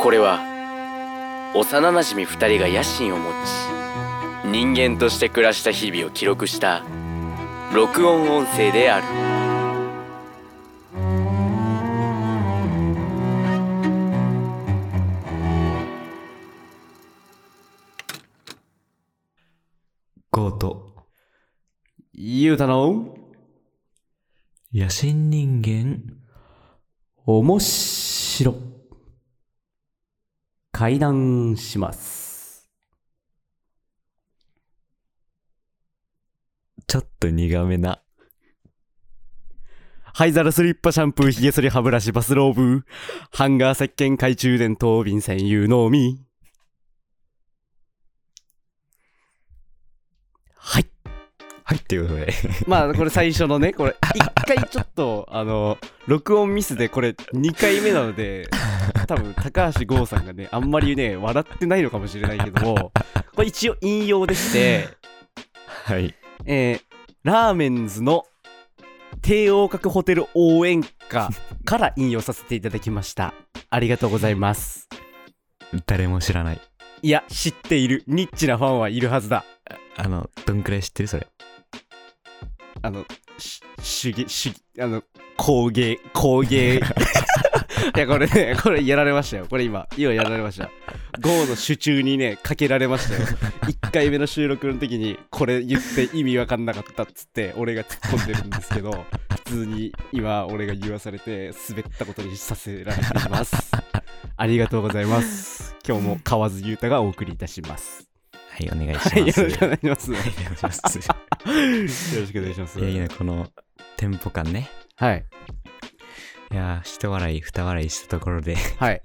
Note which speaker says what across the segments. Speaker 1: これは幼なじみ2人が野心を持ち人間として暮らした日々を記録した録音音声である
Speaker 2: ゴート。
Speaker 1: ゆうたの
Speaker 2: 野心人間。
Speaker 1: おもしろ会談します
Speaker 2: ちょっと苦めな。
Speaker 1: 灰皿スリッパシャンプーひげ剃り歯ブラシバスローブハンガー石鹸懐中電灯便専用のみはい
Speaker 2: はい、っていうことで。
Speaker 1: まあこれ最初のねこれ一回ちょっとあの録音ミスでこれ2回目なので多分高橋剛さんがねあんまりね笑ってないのかもしれないけど もこれ一応引用でして、
Speaker 2: はい。
Speaker 1: えーラーメンズの帝王閣ホテル応援歌から引用させていただきましたありがとうございます
Speaker 2: 誰も知らない。
Speaker 1: いや知っているニッチなファンはいるはずだ
Speaker 2: あの、どんくらい知ってるそれ。
Speaker 1: あの、し手芸、手芸、あの、工芸、工芸。い や、これね、これやられましたよ。これ今、今やられました。GO の手中にね、かけられましたよ。1回目の収録の時に、これ言って意味わかんなかったっつって、俺が突っ込んでるんですけど、普通に今、俺が言わされて、滑ったことにさせられています。ありがとうございます。今日も河津優太がお送りいたします。
Speaker 2: はい、お願いします。
Speaker 1: はい、よろしくお願いします。よ
Speaker 2: お願い します。
Speaker 1: ろしくお願いします。
Speaker 2: いやいや、このテンポ感ね。
Speaker 1: はい、
Speaker 2: いやー、一笑い、二笑いしたところで、
Speaker 1: はい。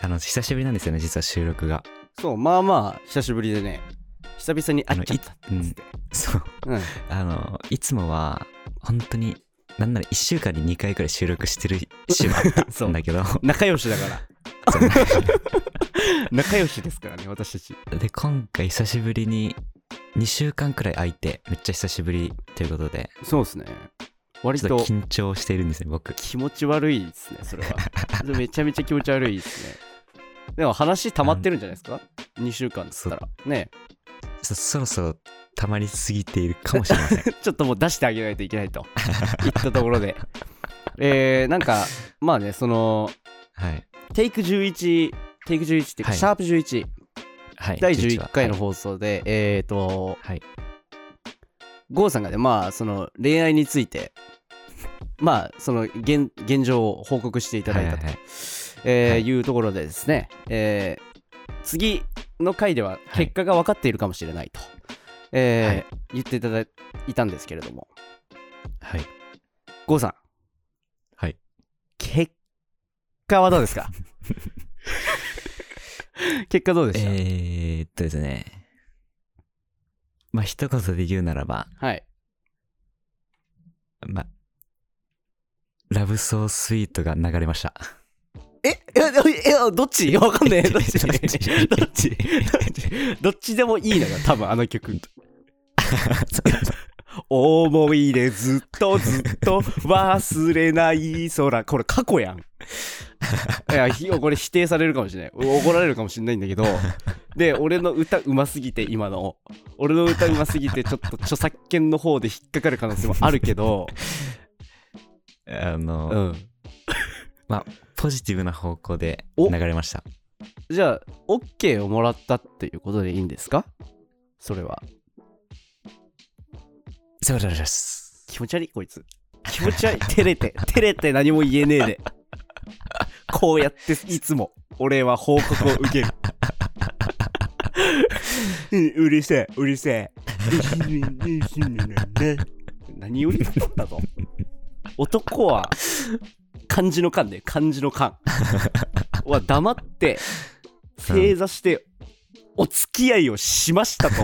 Speaker 2: あの、久しぶりなんですよね、実は収録が。
Speaker 1: そう、まあまあ、久しぶりでね、久々に会っちゃったっ
Speaker 2: うん
Speaker 1: つって。
Speaker 2: そう。
Speaker 1: うん、
Speaker 2: あの、いつもは、本当に、なんなら1週間に2回くらい収録してる週もあったんだけど、
Speaker 1: 仲良しだから。
Speaker 2: そう
Speaker 1: 仲良しですからね、私たち。
Speaker 2: で、今回久しぶりに、2週間くらい空いて、めっちゃ久しぶりということで、
Speaker 1: そうですね。割
Speaker 2: ちょっ
Speaker 1: と
Speaker 2: と緊張しているんですね、僕。
Speaker 1: 気持ち悪いですね、そ れは。めちゃめちゃ気持ち悪いですね。でも話溜まってるんじゃないですか ?2 週間っつったら。ね
Speaker 2: そそろそろ溜まりすぎているかもしれませ ん。
Speaker 1: ちょっともう出してあげないといけない と言ったところで。えー、なんか、まあね、その、
Speaker 2: はい。
Speaker 1: テイク11、テイク11っていうか、
Speaker 2: はい
Speaker 1: シャープ11、
Speaker 2: はい。
Speaker 1: 第
Speaker 2: 11は
Speaker 1: 11回の。放送で、えっ、ー、と、
Speaker 2: はい。
Speaker 1: 郷さんがねまあその恋愛についてまあその現現状を報告していただいたと、
Speaker 2: は
Speaker 1: い
Speaker 2: いはいはい
Speaker 1: えー、
Speaker 2: はい
Speaker 1: うところでですね、えー次の回では結果が分かっているかもしれないと、えー
Speaker 2: はい
Speaker 1: 言っていただいたんですけれども
Speaker 2: はい。
Speaker 1: 郷さん
Speaker 2: はい
Speaker 1: 結果はどうですか 結果どうでした、
Speaker 2: えーっとですね。まあ、一言で言うならば、
Speaker 1: はい
Speaker 2: まあ、ラブソースイートが流れました。
Speaker 1: ええ ええどっちわかんないどっ ち
Speaker 2: ど
Speaker 1: ど
Speaker 2: っ
Speaker 1: っ
Speaker 2: ち
Speaker 1: ちどっちどっちでもいいのよ多分あの 曲思い出ずっとずっと忘れない空これ過去 やんいやひこれ否定されるかもしれない怒られるかもしれないんだけどで俺の歌うますぎて今の俺の歌うますぎてちょっと著作権の方で引っかかる可能性もあるけど
Speaker 2: あ
Speaker 1: う
Speaker 2: の、
Speaker 1: ん
Speaker 2: ポジティブな方向で
Speaker 1: お
Speaker 2: 流れました。
Speaker 1: じゃあ OK をもらったっていうことでいいんですかそれは
Speaker 2: そういうことです。
Speaker 1: 気持ち悪いこいつ気持ち悪い 照れて照れて何も言えねえ でこうやっていつも俺は報告を受ける うんうるせえうるせえ何より太ったぞ男は漢字の勘で漢字の勘は黙って正座してお付き合いをしま したと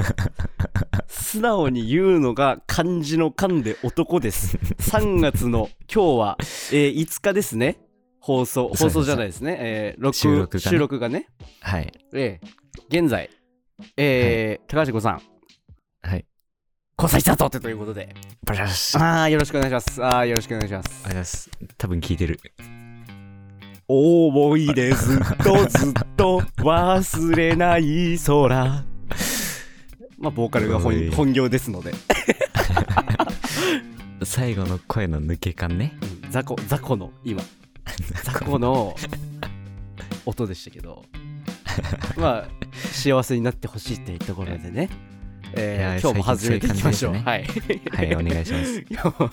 Speaker 1: 素直に言うのが漢字の勘で男です3月の今日は、えー5日ですね放送放送じゃないですね、えー録
Speaker 2: 収録がね
Speaker 1: 収録がね、
Speaker 2: はい。
Speaker 1: えー現在、えー高橋子さん
Speaker 2: はい。
Speaker 1: 交際スタートってということで
Speaker 2: バラシありがとう
Speaker 1: ああよろしくお願いしますああよろしくお願いします
Speaker 2: ございます。多分聞いてる。
Speaker 1: 思い出ずっとずっと忘れない空まあボーカルが
Speaker 2: おい
Speaker 1: 本本業ですので
Speaker 2: 最後の声の抜け感 ね
Speaker 1: うん雑魚雑魚の今雑 魚の音でしたけどまあ幸せになってほしいというところで ね、
Speaker 2: いや
Speaker 1: えー
Speaker 2: ー
Speaker 1: 今日も始めていきましょう
Speaker 2: 最
Speaker 1: はい
Speaker 2: はいお願いします
Speaker 1: いやもう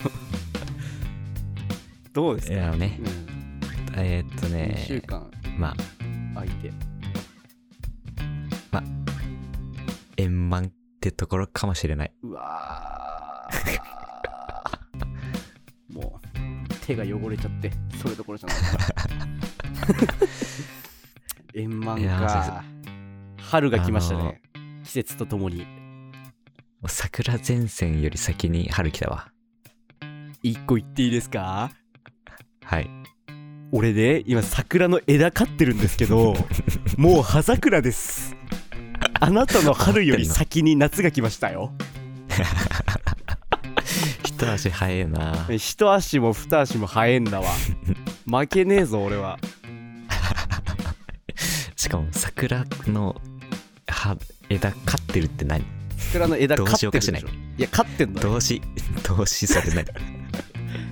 Speaker 1: どうです
Speaker 2: い
Speaker 1: か、
Speaker 2: やあのね
Speaker 1: うん、
Speaker 2: えーっと
Speaker 1: 2
Speaker 2: ね
Speaker 1: 週間
Speaker 2: まあ
Speaker 1: 空いて
Speaker 2: 円満ってところかもしれないう
Speaker 1: わ ーもう手が汚れちゃってそれどころじゃ ない円満
Speaker 2: いやー
Speaker 1: か春が来ました
Speaker 2: あの
Speaker 1: ね季節とともに
Speaker 2: もう桜前線より先に春来たわ
Speaker 1: 一個言っていいですか
Speaker 2: はい
Speaker 1: 俺ね今桜の枝飼ってるんですけ どもう葉桜ですあなたの春 より先に夏が来ましたよ
Speaker 2: 一足早いな
Speaker 1: 一足も二足も早えんだわ負けねえぞ俺は
Speaker 2: しかも桜の葉枝飼ってるって何
Speaker 1: 桜の枝
Speaker 2: どう
Speaker 1: 飼っ
Speaker 2: してよ
Speaker 1: る
Speaker 2: うか
Speaker 1: で
Speaker 2: し
Speaker 1: しょ
Speaker 2: ない
Speaker 1: いや飼ってんのよ
Speaker 2: 動 詞動詞それ何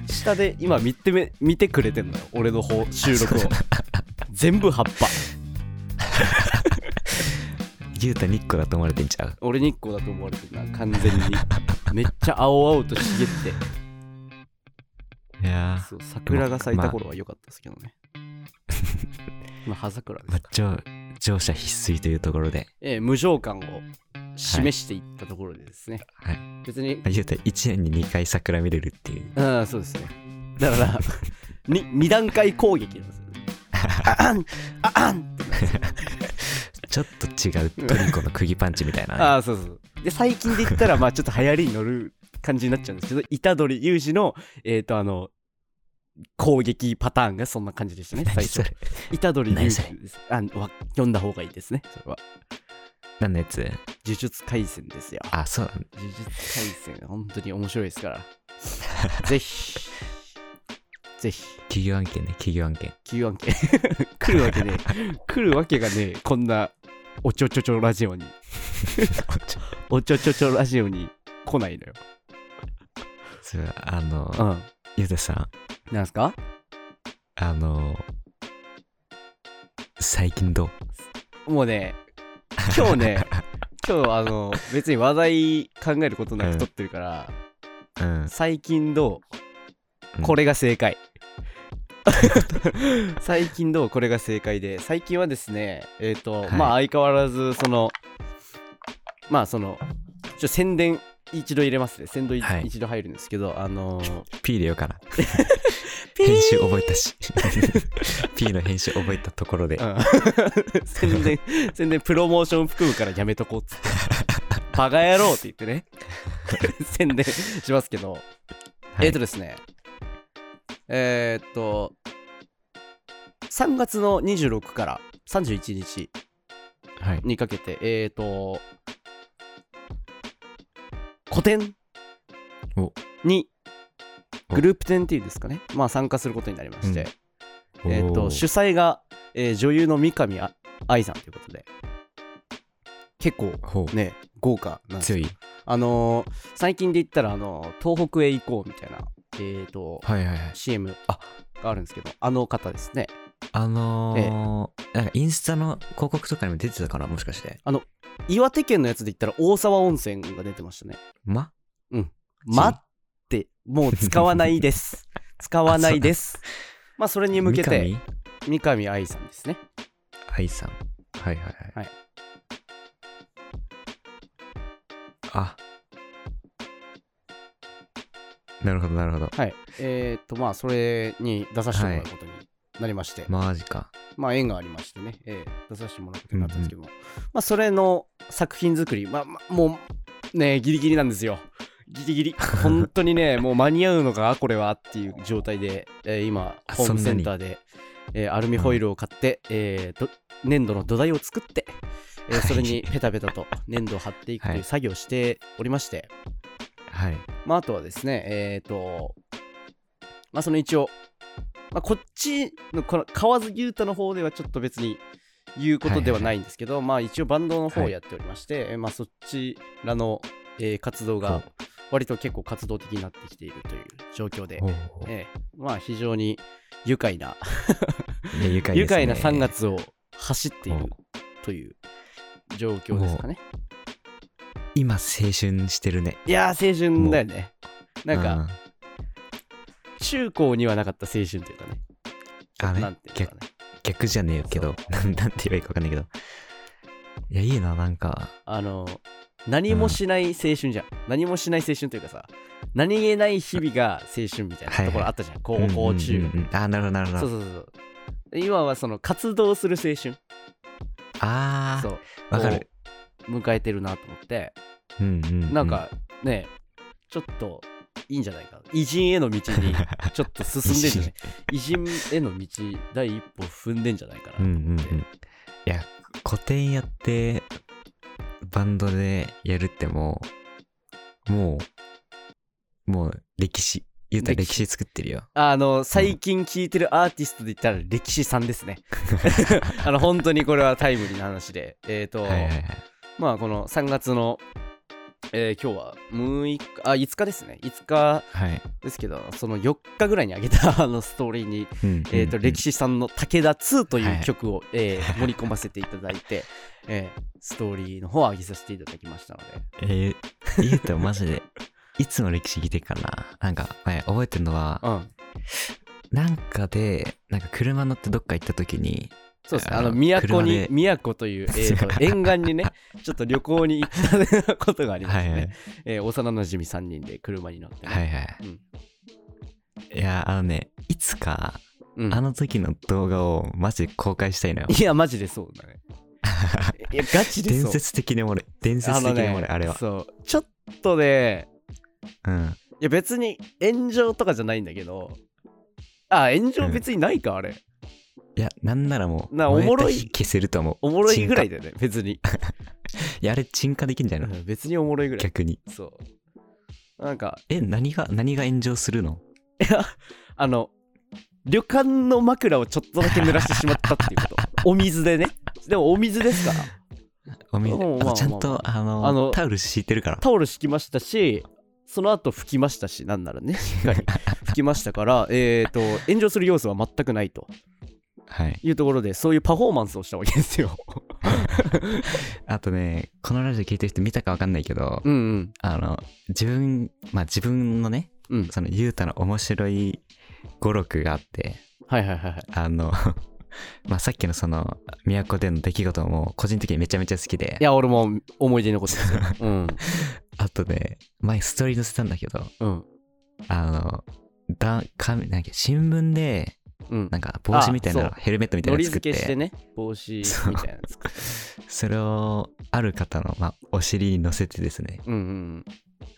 Speaker 1: 下で今見てめ見てくれてんのよ俺の方収 録を全部葉っぱ
Speaker 2: ゆうた日光だと思われてんちゃう
Speaker 1: 俺日光だと思われてるな完全にめっちゃ青々と茂って
Speaker 2: いや
Speaker 1: そう桜が咲いた頃は良かったですけどね、今葉桜です
Speaker 2: ー、まあ、乗乗車必須というところで、
Speaker 1: えー無情感を示していったところでですね、
Speaker 2: はい、
Speaker 1: 別に
Speaker 2: ゆうた1年に2回桜見れるっていう
Speaker 1: ああそうですねだから に2段階攻撃なんですよねああんああん
Speaker 2: ちょっと違うトリコの釘パンチみたいな ね、
Speaker 1: ああそうそうで最近で言ったらまあちょっと流行りに乗る感じになっちゃうんですけど虎取雄二のえっ、とあの攻撃パターンがそんな感じでしたね最
Speaker 2: 何そ
Speaker 1: 初
Speaker 2: れ
Speaker 1: 虎取雄
Speaker 2: 何それ
Speaker 1: 二ですあわ読んだ方がいいですねそれは
Speaker 2: 何のやつ
Speaker 1: 呪術廻戦ですよ
Speaker 2: あそうなん
Speaker 1: 呪術廻戦本当に面白いですからぜひぜひ
Speaker 2: 企業案件ね企業案件
Speaker 1: 9案件 来るわけねえ来るわけがねえこんなおちょちょちょラジオにおちょちょちょラジオに来ないのよ
Speaker 2: そうあの
Speaker 1: うん
Speaker 2: ゆうたさん
Speaker 1: なんすか
Speaker 2: あの最近どう
Speaker 1: もうね今日 ね今日あの別に話題考えることなく撮ってるから、
Speaker 2: うん
Speaker 1: 最近ど
Speaker 2: う
Speaker 1: うんこれが正解、 最近どうこれが正解で最近はですねえっ、と、
Speaker 2: はい
Speaker 1: まあ相変わらずそのまあそのちょ宣伝一度入れますね宣伝い、
Speaker 2: はい
Speaker 1: 一度入るんですけどあの ー
Speaker 2: P でよかな編集覚えたし P の編集覚えたところで
Speaker 1: うん 宣伝宣伝プロモーション含むからやめとこうっつって「バカ野郎」って言ってね 宣伝しますけど、
Speaker 2: はい
Speaker 1: えっ、とですねえーっと3月の26から31日
Speaker 2: はい
Speaker 1: にかけてえーっと個展
Speaker 2: お
Speaker 1: に
Speaker 2: お
Speaker 1: グループ展っていうんですかねまあ参加することになりまして、えー、
Speaker 2: お
Speaker 1: と
Speaker 2: ー
Speaker 1: 主催が、えー女優の三上あ愛さんということで結構
Speaker 2: ほう
Speaker 1: ね豪華なんですよ
Speaker 2: 強い
Speaker 1: あのー最近で言ったら、あのー東北へ行こうみたいな、えー、と
Speaker 2: はいはいはい。
Speaker 1: CM があるんですけどあの方ですね
Speaker 2: あのーなんかインスタの広告とかにも出てたかなもしかして。
Speaker 1: 岩手県のやつで言ったら大沢温泉が出てましたね
Speaker 2: ま
Speaker 1: 「待ってもう使わないです 使わないです」まあそれに向けて
Speaker 2: 三
Speaker 1: 三上愛さんですね
Speaker 2: 上愛さん。はいはいはい。
Speaker 1: はい
Speaker 2: あ。なるほどなるほど。
Speaker 1: はいえっ、とまあそれに出させてもらうことになりまして、
Speaker 2: マジか。
Speaker 1: まあ、縁がありましてね、ええ出させてもらうことになったんですけども、まあ、それの作品作り、まあ、まあもうねギリギリなんですよギリギリ本当に ねもう間に合うのかこれはっていう状態で、えー今
Speaker 2: あ
Speaker 1: ホームセンターで、えーアルミホイルを買って、えーど粘土の土台を作って、えー
Speaker 2: はい
Speaker 1: それにペタペタと粘土を貼っていくとい
Speaker 2: は
Speaker 1: う
Speaker 2: い
Speaker 1: 作業をしておりまして、
Speaker 2: はい。
Speaker 1: まあ、あとはですねえっ、とまあその一応まあ、こっちのこの河津牛太の方ではちょっと別に言うことではないんですけど、まあ一応バンドの方をやっておりまして、えまあそちらの、えー活動
Speaker 2: ほ
Speaker 1: が
Speaker 2: う
Speaker 1: 割と結構活動的になってきているという状況で、
Speaker 2: おう
Speaker 1: ええまあ非常に愉快な、
Speaker 2: いや愉快ですね
Speaker 1: 愉快な3月を走ってい
Speaker 2: お
Speaker 1: る
Speaker 2: う
Speaker 1: という状況ですかね。
Speaker 2: 今青春してるね
Speaker 1: いやー青春だよね。なん
Speaker 2: う
Speaker 1: か中高にはなかった青春というかね。
Speaker 2: あね
Speaker 1: なんていうのかね。
Speaker 2: 逆じゃねえけど なんなんて言えばいいか分かんないけどいやいいななんか
Speaker 1: あの何もしない青春じゃん、何もしない青春というかさ何気ない日々が青春みたいなところあったじゃん、高校中、
Speaker 2: うんうんうんうんあーなるほどなるほど
Speaker 1: そうそうそう今はその活動する青春
Speaker 2: あ
Speaker 1: そう
Speaker 2: あわかる
Speaker 1: こう迎えてるなと思って
Speaker 2: うんうんう
Speaker 1: なんかねちょっといいんじゃないか偉人への道にちょっと進んでん じゃない偉人への道第一歩踏んでんじゃないかな
Speaker 2: うんうんうんいや古典やってバンドでやるってもうもうもう歴史言うたら歴史作ってるよ
Speaker 1: あの最近聴いてるアーティストで言ったら歴史さん ですねあの本当にこれはタイムリーな話でえっ、と、
Speaker 2: はいはいはい
Speaker 1: まあこの3月の、えー今日は6日あ5日ですね5日
Speaker 2: はい、
Speaker 1: ですけどその4日ぐらいに上げた あのストーリーに、
Speaker 2: うんうんうん
Speaker 1: えー、と歴史さんの「武田2」と
Speaker 2: はい
Speaker 1: い
Speaker 2: は
Speaker 1: う
Speaker 2: い
Speaker 1: 曲を、え ー盛り込ませていただいて、えーストーリーの方を上げさせていただきましたので
Speaker 2: えー、言うとマジで、いつの歴史聞いてっかな。なんか、前覚えてるのは、
Speaker 1: うん
Speaker 2: なんかで、なんか車乗ってどっか行った時に、
Speaker 1: そうですね
Speaker 2: あ
Speaker 1: あ
Speaker 2: の
Speaker 1: の都
Speaker 2: 車
Speaker 1: に
Speaker 2: で
Speaker 1: 都という、えーと沿岸にね ちょっと旅行に行ったことがあります
Speaker 2: は
Speaker 1: ね、
Speaker 2: いはい
Speaker 1: えー幼なじみ3人で車に乗ってね、
Speaker 2: はいはい。
Speaker 1: うん
Speaker 2: いや、あのね、いつか、
Speaker 1: うん
Speaker 2: あの時の動画をマジで公開したいのよ。
Speaker 1: いやマジでそうだね いやガチで
Speaker 2: 伝
Speaker 1: そう
Speaker 2: 説的に俺、伝説的に俺、あれは。
Speaker 1: そうちょっとね
Speaker 2: うん。
Speaker 1: いや別に炎上とかじゃないんだけどあ炎上
Speaker 2: うん
Speaker 1: 別にないか、あれ
Speaker 2: いや、なんならもう、
Speaker 1: なおもろい
Speaker 2: 燃えた火消せると思う。
Speaker 1: おもろいぐらい
Speaker 2: で。
Speaker 1: だよね別に、
Speaker 2: いや、あれ、沈下できんじゃ
Speaker 1: う
Speaker 2: ないの
Speaker 1: ん別におもろいぐらい
Speaker 2: 逆に。
Speaker 1: そうなんか
Speaker 2: え、何が、何が炎上するの
Speaker 1: あの旅館の枕をちょっとだけ濡らしてしまったって いうことお水でねでもお水ですから
Speaker 2: おみ、あ
Speaker 1: まあまあま
Speaker 2: と
Speaker 1: あ
Speaker 2: ちゃんと、あの、
Speaker 1: あの
Speaker 2: タオル敷いてるから。
Speaker 1: タオル敷きましたしその後拭きましたしなんならねしっかり拭きましたからえっ、と炎上する要素は全くないと
Speaker 2: はい。
Speaker 1: いうところでそういうパフォーマンスをしたわけですよ
Speaker 2: あとね、このラジオ聞いてる人見たかわかんないけど、
Speaker 1: うんうん
Speaker 2: あの、自分、まあ自分のね、
Speaker 1: うん
Speaker 2: その、ゆうたの面白い語録があって、
Speaker 1: はいはいはいはい
Speaker 2: あの、 まあさっきのその、都での出来事も、個人的にめちゃめちゃ好きで
Speaker 1: い、や、俺も思い出に残ってますよ。 うん。
Speaker 2: あとね、前ストーリー載せたんだけど、
Speaker 1: うん。
Speaker 2: あの、だ、紙、なんか新聞で、
Speaker 1: うん
Speaker 2: な。んか帽子みたいな
Speaker 1: あ
Speaker 2: の、ヘルメットみたい
Speaker 1: の
Speaker 2: な
Speaker 1: り
Speaker 2: の作
Speaker 1: 付
Speaker 2: っ
Speaker 1: けして
Speaker 2: て、
Speaker 1: ね、帽子みたいなの作って。
Speaker 2: それを、ある方の、まあ、お尻に乗せてですね、
Speaker 1: うんうん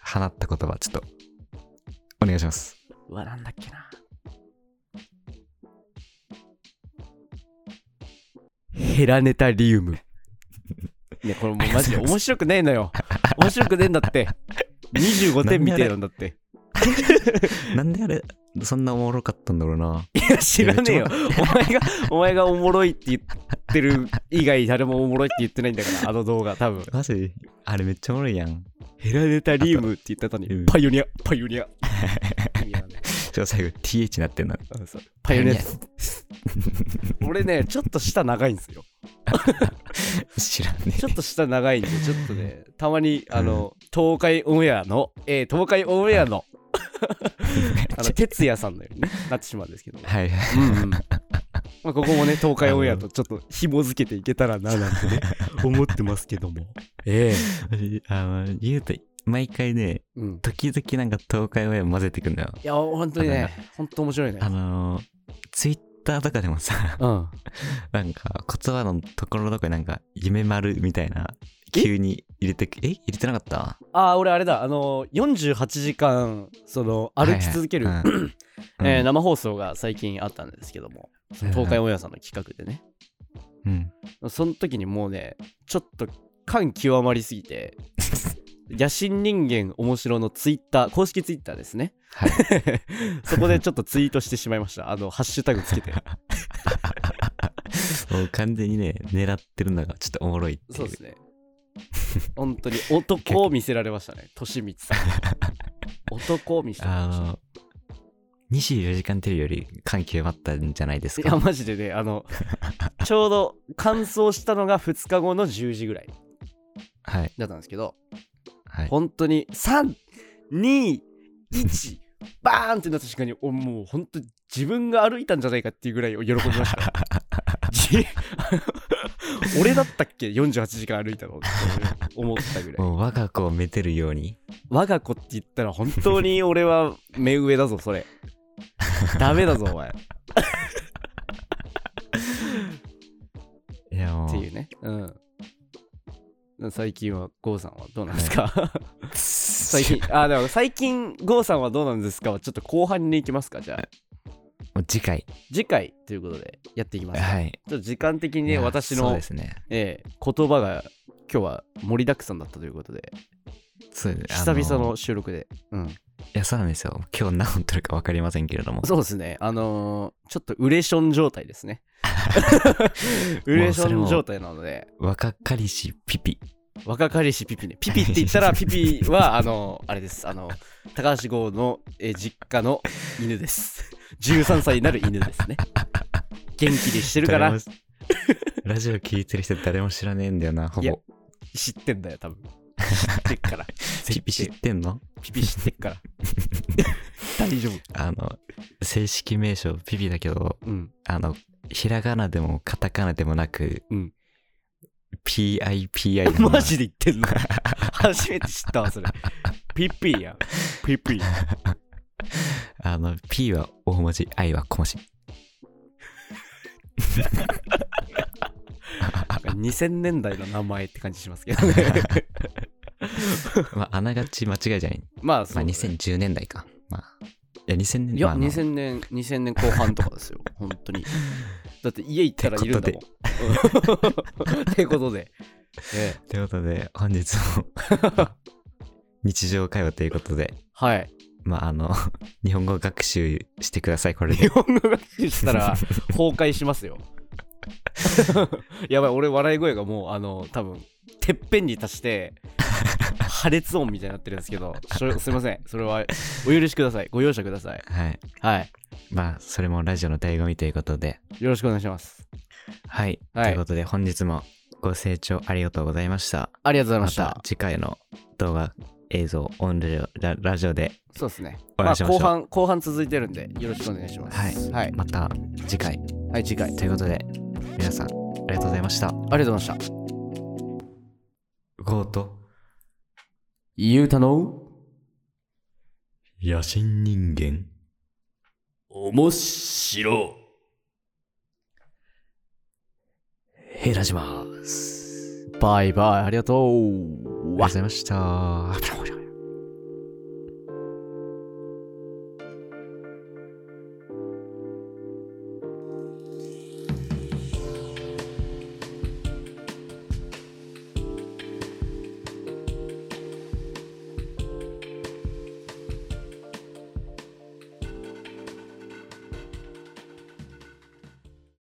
Speaker 2: 放った言葉、ちょっと、お願いします。
Speaker 1: うん。うわ、なんだっけな。ヘラネタリウム。ね、これもうマジで面白くねえのよ。面白くねえんだって。25点見てえのんだって。
Speaker 2: なんであれ、そんなおもろかったんだろうな。
Speaker 1: いや、知らねえよ。お前が、お前がおもろいって言ってる以外、誰もおもろいって言ってないんだから、あの動画、多分。
Speaker 2: マジあれめっちゃおもろいやん。
Speaker 1: ヘラネタリウムって言った後に、パイオニア、パイオニア。意味わかんない
Speaker 2: しかも最後 TH になってんの。
Speaker 1: うんそうパイオニアです。俺ね、ちょっと舌長いんですよ。
Speaker 2: 知らんね。
Speaker 1: ちょっと舌長いんで、ちょっと ね、たまに、あの、東海オンエアの、えー東海オンエア の、あの、哲也さんのようにねなってしまうんですけど。
Speaker 2: はいはい。
Speaker 1: うんうん。まあ、ここもね、東海オンエアとちょっと紐付けていけたらな、なんてね、 思ってますけども。え
Speaker 2: 私あの、言うと、毎回ね、
Speaker 1: えうん。
Speaker 2: 時々なんか東海オンエア混ぜてくんだよ。
Speaker 1: いや、本当にね、本当面白いね
Speaker 2: あ。の、ツイッターとかでもさ、
Speaker 1: うん。
Speaker 2: なんか言葉のところどころになんか夢丸みたいな、急に入れてく、え入れてなかった
Speaker 1: ああ、俺あれだ、あのー、48時間、その、歩き続ける、
Speaker 2: はいはいうん
Speaker 1: えー
Speaker 2: うん
Speaker 1: 生放送が最近あったんですけども、その東海オンエアさんの企画でね、
Speaker 2: うん。
Speaker 1: その時にもうね、ちょっと感極まりすぎて、野心人間おもしろのツイッター公式ツイッターですね
Speaker 2: はい
Speaker 1: そこでちょっとツイートしてしまいましたあのハッシュタグつけ て
Speaker 2: もう完全にね、狙ってるのがちょっとおもろいって
Speaker 1: そ
Speaker 2: いうう。
Speaker 1: です ね本当に男を見せられましたね利光 さん男を見せられました
Speaker 2: あの、24時間テレビより感極まったんじゃないです
Speaker 1: いや
Speaker 2: か。
Speaker 1: マジでねあ のちょうど完走したのが2日後の10時ぐらい
Speaker 2: はい。
Speaker 1: だったんですけど、
Speaker 2: はい。
Speaker 1: 本当に321バーンってなった瞬間におもう本当に自分が歩いたんじゃないかっていうぐらい喜びました じ俺だったっけ48時間歩いたのって思ったぐらい
Speaker 2: もう我が子をめでるように。
Speaker 1: 我が子って言ったら本当に俺は目上だぞそ れダメだぞお前っ
Speaker 2: いやもう。
Speaker 1: ていうねうん最近は郷さんはどうなんです か、最
Speaker 2: 最
Speaker 1: 近あでも最近郷さんはどうなんですかはちょっと後半に行きますかじゃあ
Speaker 2: もう次回。
Speaker 1: 次回ということでやっていきます、
Speaker 2: はい。
Speaker 1: ちょっと時間的に
Speaker 2: い
Speaker 1: ね
Speaker 2: や
Speaker 1: 私
Speaker 2: そう
Speaker 1: の
Speaker 2: で、すね。
Speaker 1: ええ言葉が今日は盛りだくさんだったということで
Speaker 2: そうです
Speaker 1: 久々。
Speaker 2: あ
Speaker 1: の収録で、うん、
Speaker 2: いや、そうなんですよ。今日何本取るか分かりませんけれども。
Speaker 1: そうですねあのーちょっとウレション状態ですね ウレシ
Speaker 2: もうそれ
Speaker 1: ョン
Speaker 2: も
Speaker 1: 状態なので
Speaker 2: 若かりしピピ。
Speaker 1: 若かりしピピねピピって言った らピピはあのーあれですあの高橋剛の、えー実家の犬です13歳になる犬ですね元気にしてるか
Speaker 2: 誰
Speaker 1: な
Speaker 2: もラジオ聞いてる人誰も知らねえんだよな、ほ
Speaker 1: いや
Speaker 2: ぼ。
Speaker 1: 知ってんだよ多分知ってっから
Speaker 2: ピピ知ってんの
Speaker 1: ピピ知ってっから大丈夫
Speaker 2: あの、正式名称ピピだけど、
Speaker 1: うん
Speaker 2: あの、ひらがなでもカタカナでもなく、
Speaker 1: うん
Speaker 2: PIPI なんだ
Speaker 1: マジで言ってんの初めて知ったわそれピッピーやんピッピー
Speaker 2: あの、P は大文字、I は 小文字。
Speaker 1: 2000年代の名前って感じしますけどね
Speaker 2: まあ、あながち間違いじゃない。
Speaker 1: まあそ
Speaker 2: まあ、
Speaker 1: う、
Speaker 2: 2010年代か。まあ、いや、2000年
Speaker 1: い
Speaker 2: 代、ま
Speaker 1: や
Speaker 2: ああの
Speaker 1: 2000年2000年後半とかですよ本当にだって家行ったらいるんだもん うんってことで、ええ
Speaker 2: ということで、本日 も日常会話ということで、
Speaker 1: はい
Speaker 2: まあ、あの、日本語学習してください、これ
Speaker 1: 日
Speaker 2: で。
Speaker 1: 本語学習したら崩壊しますよ やばい俺笑い声がもうあの多分てっぺんに達して破裂音みたいになってるんですけどしょすいませんそれはお許しくださいご容赦ください
Speaker 2: はい。
Speaker 1: はい
Speaker 2: まあ、それもラジオの醍醐味ということで。
Speaker 1: よろしくお願いします
Speaker 2: はい。
Speaker 1: はい
Speaker 2: ということで、本日もご清聴ありがとうございました。
Speaker 1: ありがとうござい
Speaker 2: ま
Speaker 1: ました
Speaker 2: た次回の動画、映像、オンラジオララジオで、
Speaker 1: そうですね
Speaker 2: お会いしましょ
Speaker 1: 後
Speaker 2: う
Speaker 1: 半後半続いてるんでよろしくお願いします
Speaker 2: はい
Speaker 1: はい、
Speaker 2: また次回。
Speaker 1: はい、次回あり
Speaker 2: ということで、皆さん、ありがとうございました。
Speaker 1: がとうございました
Speaker 2: ゴート、
Speaker 1: ゆうたの
Speaker 2: 野心人間。
Speaker 1: 面白
Speaker 2: ヘラジマーす。
Speaker 1: バイバイありがとう
Speaker 2: ありがとうございました。